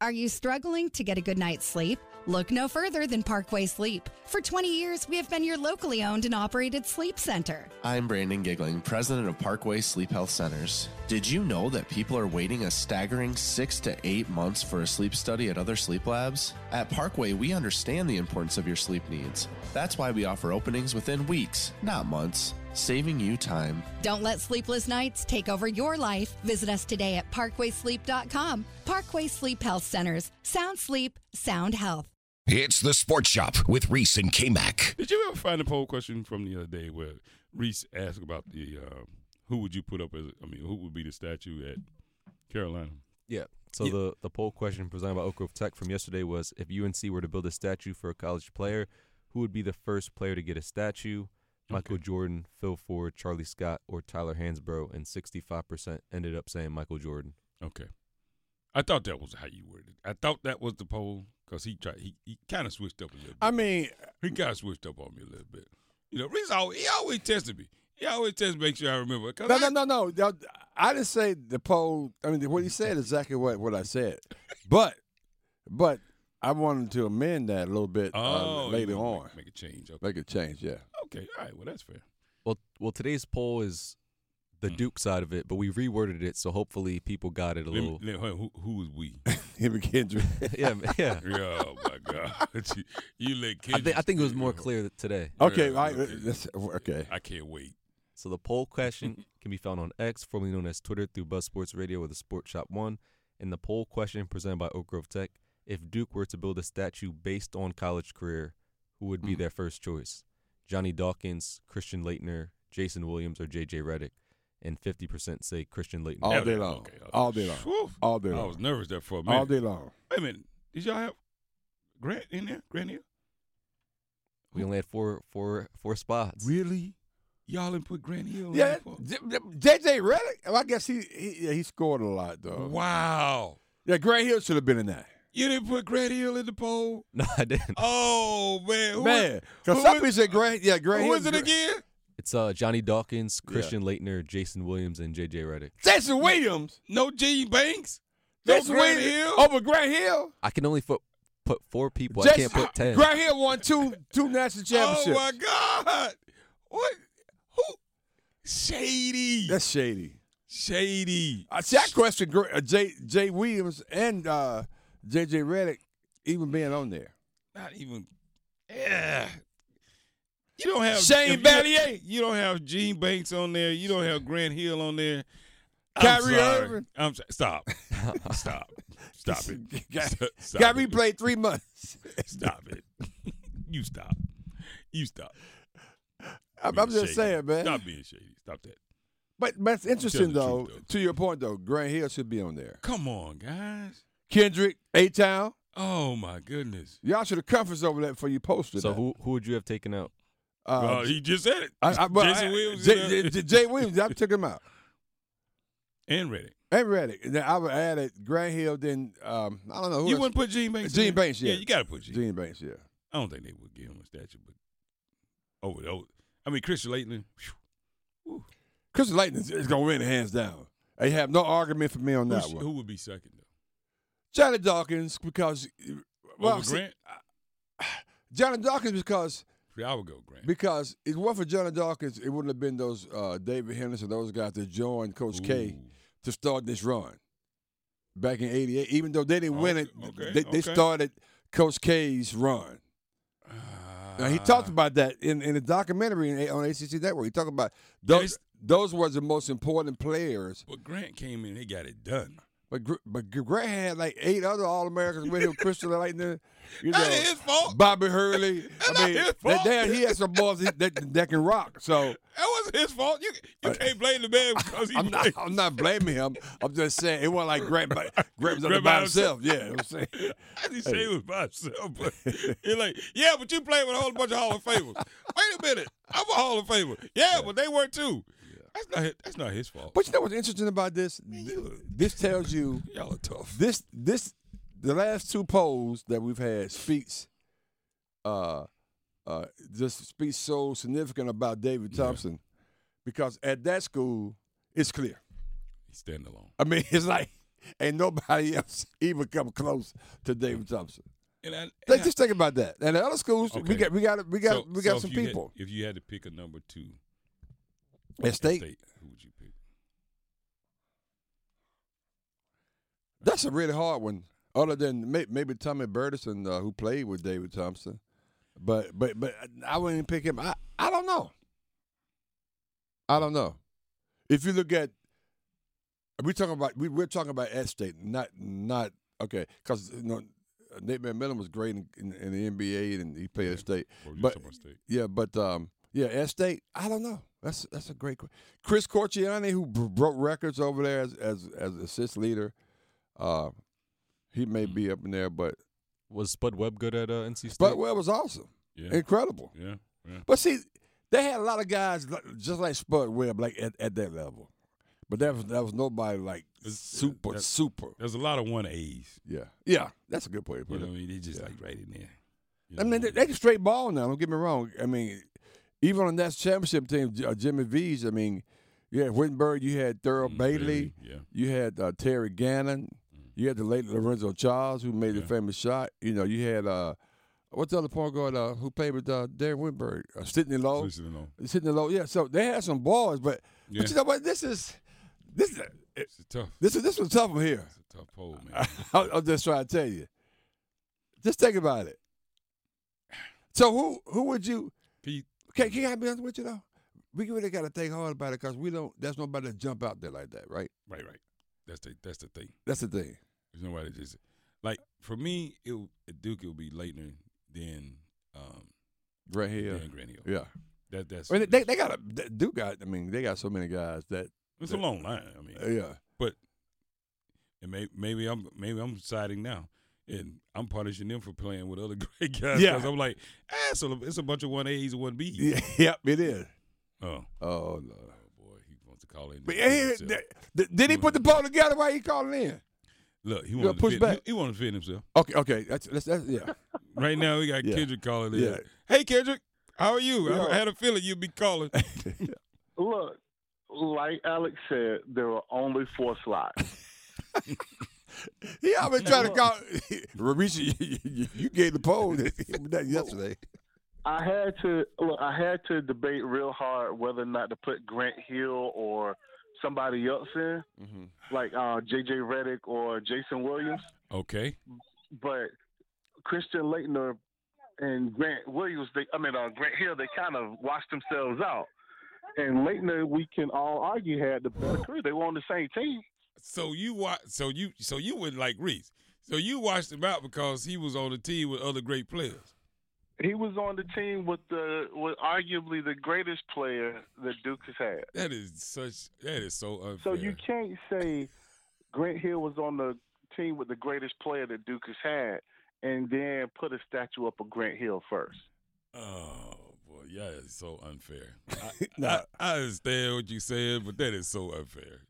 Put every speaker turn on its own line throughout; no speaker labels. Are you struggling to get a good night's sleep? Look no further than Parkway Sleep. For 20 years, we have been your locally owned and operated sleep center.
I'm Brandon Giggling, president of Parkway Sleep Health Centers. Did you know that people are waiting a staggering six to eight months for a sleep study at other sleep labs? At Parkway, we understand the importance of your sleep needs. That's why we offer openings within weeks, not months, saving you time.
Don't let sleepless nights take over your life. Visit us today at parkwaysleep.com. Parkway Sleep Health Centers. Sound sleep, sound health.
It's the Sports Shop with Reese and K Mac.
Did you ever find a poll question from the other day where Reese asked about the uh, who would you put up as I mean who would be the statue at Carolina?
Yeah. So the the poll question presented by Oak Grove Tech from yesterday was: If UNC were to build a statue for a college player, who would be the first player to get a statue? Michael Jordan, Phil Ford, Charlie Scott, or Tyler Hansbrough, and 65% ended up saying Michael Jordan.
Okay, I thought that was how you worded. it. I thought that was the poll because he tried he, he kind of switched up a little bit.
I mean,
he kind of switched up on me a little bit. You know, Reese always he always tested me. He always tested me, make sure I remember. 'Cause
no,
I-
no, no, no. Y'all- I didn't say the poll. I mean, what he said is exactly what, what I said. But, but I wanted to amend that a little bit
Oh,
uh,
you
later
wanna
on.
make, make a change. Okay.
Make a change, yeah.
okay, all right. Well, that's fair.
Well, well, today's poll is the Duke side of it, but we reworded it, so hopefully people got it a
Let me-
little.
let- hold on, who, who is we?
Him and Kendrick.
yeah, yeah.
Yeah, oh my God, you, you let
I
Kendrick
think, I think it was
speak,
more
yo.
clear that today.
Okay,
Yeah,
all right.
uh, okay.
that's- okay.
I can't wait.
So the poll question can be found on X, formerly known as Twitter, through Buzz Sports Radio or the Sports Shop One. And the poll question presented by Oak Grove Tech: If Duke were to build a statue based on college career, who would be their first choice? Johnny Dawkins, Christian Leitner, Jason Williams, or J.J. Reddick? And fifty percent say Christian Leitner.
All
That
day
was-
long.
okay,
All day long.
Whew.
All day
I
long.
was nervous there for a minute.
All day long.
Wait a minute. Did y'all have Grant in there? Grant Hill?
We only had four, four, four spots.
Really? Y'all didn't put Grant Hill in
Yeah,
there for-
J- J- JJ Reddick. Well, I guess he he, yeah, he scored a lot
Oh,
though.
Wow.
Yeah, Grant Hill should have been in that.
You didn't put Grant Hill in the poll?
No, I didn't.
Oh, man. Who
Man,
who
because some
is-
people said Grant. Yeah,
was,
Grant.
who
Hill-
is it again?
It's uh, Johnny Dawkins,
Yeah.
Christian Leitner, Jason Williams, and J.J. Reddick.
Jason Williams.
No Gene Banks? No
Jason
Grant
Williams
Hill?
over Grant Hill.
I can only put put four people. I
Jason-
can't put ten.
Grant Hill won two two national
Oh,
championships.
my God. What? Who? Shady.
That's shady.
Shady.
I see. I question Gra- uh, J J Williams and uh, JJ Reddick even being on there.
Not even. Yeah. You don't have
Shane
if you-
Battier.
You don't have Gene Banks on there. You don't have Grant Hill on there. I'm
Kyrie
sorry.
Irving.
I'm so- stop. Stop. Stop it. Stop
Got
it.
replayed three months.
Stop it. You stop. You stop.
I'm,
being
I'm just
shady.
saying, man.
Stop being shady. Stop that.
But but it's interesting
the truth,
though,
though.
To your point though, Grant Hill should be on there.
Come on, guys.
Kendrick, A Town,
Oh my goodness.
y'all should have conference over that before you posted.
So
that.
who who would you have taken out?
Uh,
well, Oh, he just said it.
I, I, well,
Jason
I-
Williams
J-
is
J-
out.
J- Jay Williams, I took him out.
and Reddick.
And Reddick. Then I would add it. Grant Hill. Then um, I don't know who
You
else-
wouldn't put Gene Banks. in
Gene
there?
Banks,
Yeah,
yeah.
you gotta put Gene.
Gene Banks. Yeah.
I don't think they would give him a statue, but over the over. I mean, Christian Laetlin. whew,
Chris Lightning is- is gonna win hands down. They have no argument for me on
Who,
that
sh-
one.
who would be second though?
Johnny Dawkins because well
over
see,
Grant.
Johnny Dawkins because
See, I would go Grant.
because if it weren't for Johnny Dawkins, it wouldn't have been those uh, David Henderson, those guys that joined Coach K.
Ooh.
to start this run back in '88. Even though they didn't win it,
Okay, okay,
they, they
okay.
started Coach K's run. Now, he talked
Ah.
about that in, in the documentary in, on ACC Network. He talked about those
it's-
those were the most important players.
But Grant came in, they got it done.
But Gr- but Grant had like eight other All Americans with him: Crystal Lightning, you know,
That ain't his fault.
Bobby Hurley.
That's
I
not
mean,
his
that,
fault.
that, he had some balls that, that, that can rock. So
That wasn't his fault. You, you can't blame the man because he
I'm not
played.
I'm not blaming him. I'm just saying it wasn't like Grant, but Grant was up there
Grant
by
by
himself. Yeah, you know what I'm saying.
I didn't say it was by himself, but you're like, yeah, but you played with a whole bunch of Hall of Famers. Wait a minute, I'm a Hall of Famer. Yeah, but they were too. That's not his, that's not his fault.
But you know what's interesting about this? This tells you
Y'all are tough.
this this the last two polls that we've had speaks uh uh just speaks so significant about David Thompson because at that school it's clear.
He's standing alone.
I mean, it's like Ain't nobody else even come close to David Thompson.
And I, and
They
I-
just think about that. And the other schools, we
Okay.
got, we got, we got,
so-
we got
so
some
if you had-
people.
if you had to pick a number two
At state,
state, who would you pick?
that's a really hard one. Other than may, maybe Tommy Burdeson, uh, who played with David Thompson, but but but I wouldn't pick him. I I don't know. I don't know. If you look at, we talking about we we're talking about at state, not not okay, because you know Nate Van Miller was great in, in, in the NBA and he played at state.
Or you
But-
talking about state?
Yeah, but um, yeah, Estate. I don't know. That's that's a great question. Chris Corciani, who br- broke records over there as as as assist leader, uh, he may
Mm-hmm.
be up in there, but
Was Spud Webb good at uh, NC State?
but well, it was awesome,
Yeah,
incredible.
yeah, yeah.
But see, they had a lot of guys li- just like Spud Webb, like at, at that level. But there was there was nobody like
It's-
super
that's-
super.
There's a lot of one A's.
Yeah, yeah, that's a good way to
You
put
know
it.
what I mean? They just like right in there. You
I
know
mean,
what
they, they can straight ball now. Don't get me wrong. I mean, even on that championship team, J- uh, Jimmy V's. I mean, you had Wittenberg, you had Thurl
Mm,
Bailey,
Yeah. Mm.
you had uh, Terry Gannon, you had the late Lorenzo Charles, who made
Yeah.
the famous shot. You know, you had uh, what's the other point guard uh, who played with uh, Darren Wittenberg, uh, Sidney Lowe,
Listen, you know,
Sidney Lowe. Yeah, so they had some balls, but
Yeah.
but you know what? This is this is
It's a tough,
this is this was tough one here.
it's a tough poll, man.
oh, I, I'm just trying to tell you. Just think about it. So who who would you?
Can you-
Can, can I be honest with you though? We really got to think hard about it because we don't. There's nobody that jump out there like that, right?
right, right. That's the that's the thing.
That's the thing.
There's nobody just like for me. It w- at Duke it would be Leitner than um
Right
than Grant Hill.
Yeah.
That that's
I mean, they they got a they do got. I mean, they got so many guys that.
it's a long line. I mean,
uh, yeah.
and may, maybe I'm maybe I'm siding now, and I'm punishing them for playing with other great guys.
Yeah.
'cause I'm like, ah, it's a, it's a bunch of one A's and one B's.
yeah. Yep. It is.
Oh,
Oh
oh
lord.
boy, he wants to call in.
But
and
eh,
defend himself.
th- th- did he put the ball together while he calling in?
Look, he
gotta
wants to
push
fit,
back.
He, he wants to fit himself.
Okay. Okay. That's that's, that's yeah.
Right now, we got
Yeah.
Kendrick calling in.
Yeah.
Hey, Kendrick, how are you? I
Yeah.
had a feeling you'd be calling.
Look, like Alex said, there are only four slots.
Yeah, I've been trying to call. Ramisha, you, you, you gave the poll that- that yesterday.
I had to look. I had to debate real hard whether or not to put Grant Hill or somebody else in, like uh, J.J. Reddick or Jason Williams.
okay.
But Christian Leitner and Grant Williams, they, I mean uh, Grant Hill, they kind of washed themselves out. And Leitner, we can all argue had the better career. They were on the same team.
So you watch. So you. So you wouldn't like Reese. So you watched him out because he was on the team with other great players.
He was on the team with the with arguably the greatest player that Duke has had.
That is such. That is so
So
unfair.
you can't say Grant Hill was on the team with the greatest player that Duke has had, and then put a statue up of Grant Hill first.
Oh boy, yeah, it's so unfair.
Nah,
I, I understand what you said, but that is so unfair.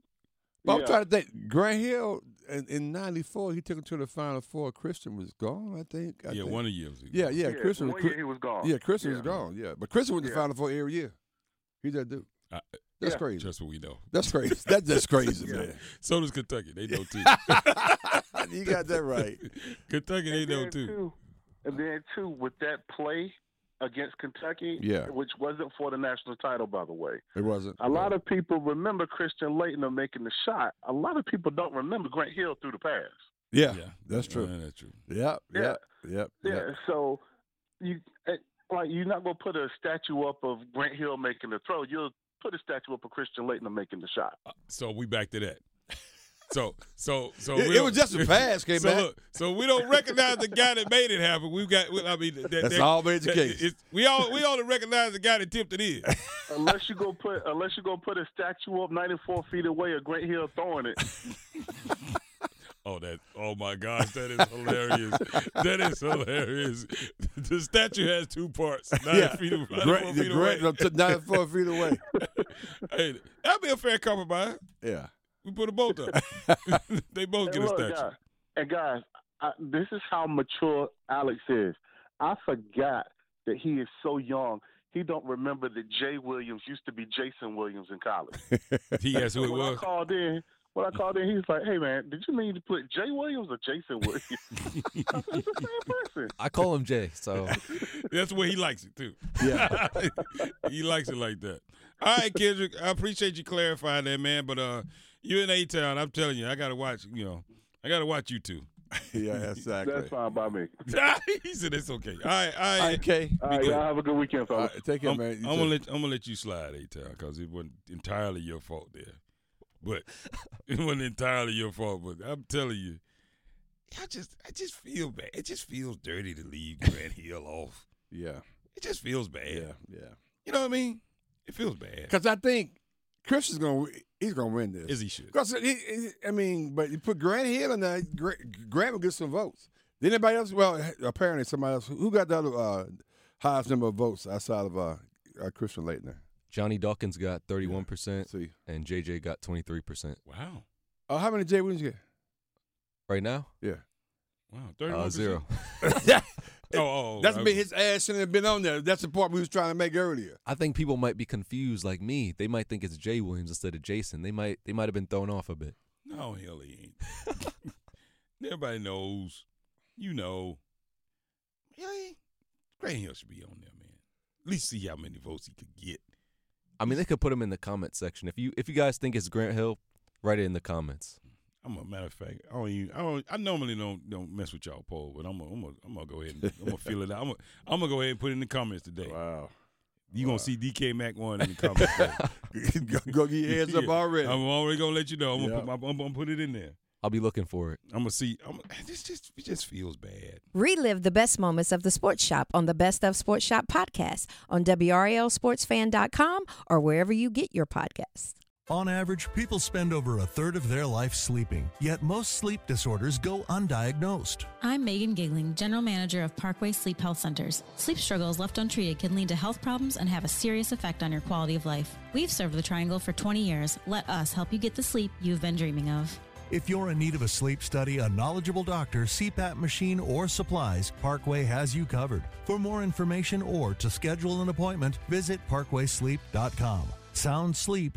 but I'm
Yeah.
trying to think. Grant Hill in, in '94, he took him to the Final Four. Christian was gone, I think. I
yeah,
think.
one of you.
Yeah, yeah, Christian.
one
Was,
year he was gone.
yeah, Christian was
Yeah.
gone. Yeah, but Christian was in the
Yeah.
Final Four every year. He's that dude.
I-
That's
Yeah.
crazy.
Trust what we know.
That's crazy. That's just crazy,
Yeah.
man.
So does Kentucky. They know too.
you got that right.
Kentucky, they
And
know
then
too.
too, and then too with that play against Kentucky,
Yeah.
which wasn't for the national title, by the way.
It wasn't.
A lot of people remember Christian Leitner making the shot. A lot of people don't remember Grant Hill through the pass.
Yeah, that's true.
Yeah, that's true.
Yep,
Yeah.
yep, yep,
Yeah.
yep.
So you eh, like you're not gonna put a statue up of Grant Hill making the throw. You'll put a statue up of Christian Leitner making the shot.
So we back to that. So so so
It-
we
it
don't-
was just a pass, came
so
back.
look, so we don't recognize the guy that made it happen. We've got. well, I mean, that,
That's
that-
always the
that-
case.
it's- we all we only recognize the guy that tipped it in.
Unless you go put unless you go put a statue up 94 feet away of Grant Hill throwing it.
Oh, that! Oh my gosh, that is hilarious! that is hilarious. The statue has two parts. Nine
Yeah.
feet, away,
Grant,
feet
Grant,
away.
to 94 feet away.
Hey, that'd be a fair compromise.
Yeah.
We put them both up. they both
And
get a
look,
statue.
guys, and guys, I, this is how mature Alex is. I forgot that he is so young. He don't remember that Jay Williams used to be Jason Williams in college.
He asked who it
when I
was.
called in, When I called in, he was like, "Hey man, did you mean to put Jay Williams or Jason Williams?" I said, it's the same person.
I call him Jay, so
That's the way he likes it too.
Yeah.
he likes it like that. All right, Kendrick. I appreciate you clarifying that, man. But uh you in A Town, I'm telling you, I gotta watch, you know, I gotta watch you two.
yeah, exactly.
That's fine by me.
he said it's okay. All right, all
All
right.
right, Kay.
All right,
good.
y'all have a good weekend,
All
fellas.
right, take it,
I'm,
man.
I'm
You
gonna
too.
let I'm gonna let you slide A Town because it wasn't entirely your fault there. But it wasn't entirely your fault, but I'm telling you, I just I just feel bad. It just feels dirty to leave Grant Hill off.
yeah,
It just feels bad.
yeah, yeah.
You know what I mean? It feels bad.
Because I think Chris is gonna he's gonna win this.
Is he should.
Because it- it- I mean, but you put Grant Hill in there, Grant, Grant will get some votes. Did anybody else? Well, apparently somebody else. Who got the other uh, highest number of votes outside of uh, uh, Christian Leitner?
Johnny Dawkins got 31%
See,
and JJ got 23%.
Wow.
uh, how many Jay Williams you get?
Right now?
Wow.
Uh,
31%.
zero.
Oh, oh, oh,
That's
I-
been his ass shouldn't have been on there. That's the point we was trying to make earlier.
I think people might be confused like me. They might think it's Jay Williams instead of Jason. They might they might have been thrown off a bit.
No, hell he ain't. Everybody knows. You know. Really? Grant Hill should be on there, man. At least see how many votes he could get.
I mean, they could put him in the comment section. If you if you guys think it's Grant Hill, write it in the comments.
I'm a matter of fact. I don't even. I, don't, I normally don't don't mess with y'all poll, but I'm a, I'm a, I'm gonna go ahead. and I'm gonna feel it out. I'm gonna I'm gonna go ahead and put it in the comments today.
Wow,
You gonna see DK Mac one in the comments. today.
go, go get your heads up
Yeah.
already.
I'm already gonna let you know. I'm gonna,
Yeah.
put, my, I'm gonna put it in there.
I'll be looking for it.
I'm gonna see. I'm, this just it just feels bad.
Relive the best moments of the Sports Shop on the Best of Sports Shop podcast on WRLSportsFan.com or wherever you get your podcasts.
On average, people spend over a third of their life sleeping, yet most sleep disorders go undiagnosed.
I'm Megan Gigling, General Manager of Parkway Sleep Health Centers. Sleep struggles left untreated can lead to health problems and have a serious effect on your quality of life. We've served the Triangle for 20 years. Let us help you get the sleep you've been dreaming of.
If you're in need of a sleep study, a knowledgeable doctor, CPAP machine, or supplies, Parkway has you covered. For more information or to schedule an appointment, visit parkwaysleep.com. Sound sleep,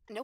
No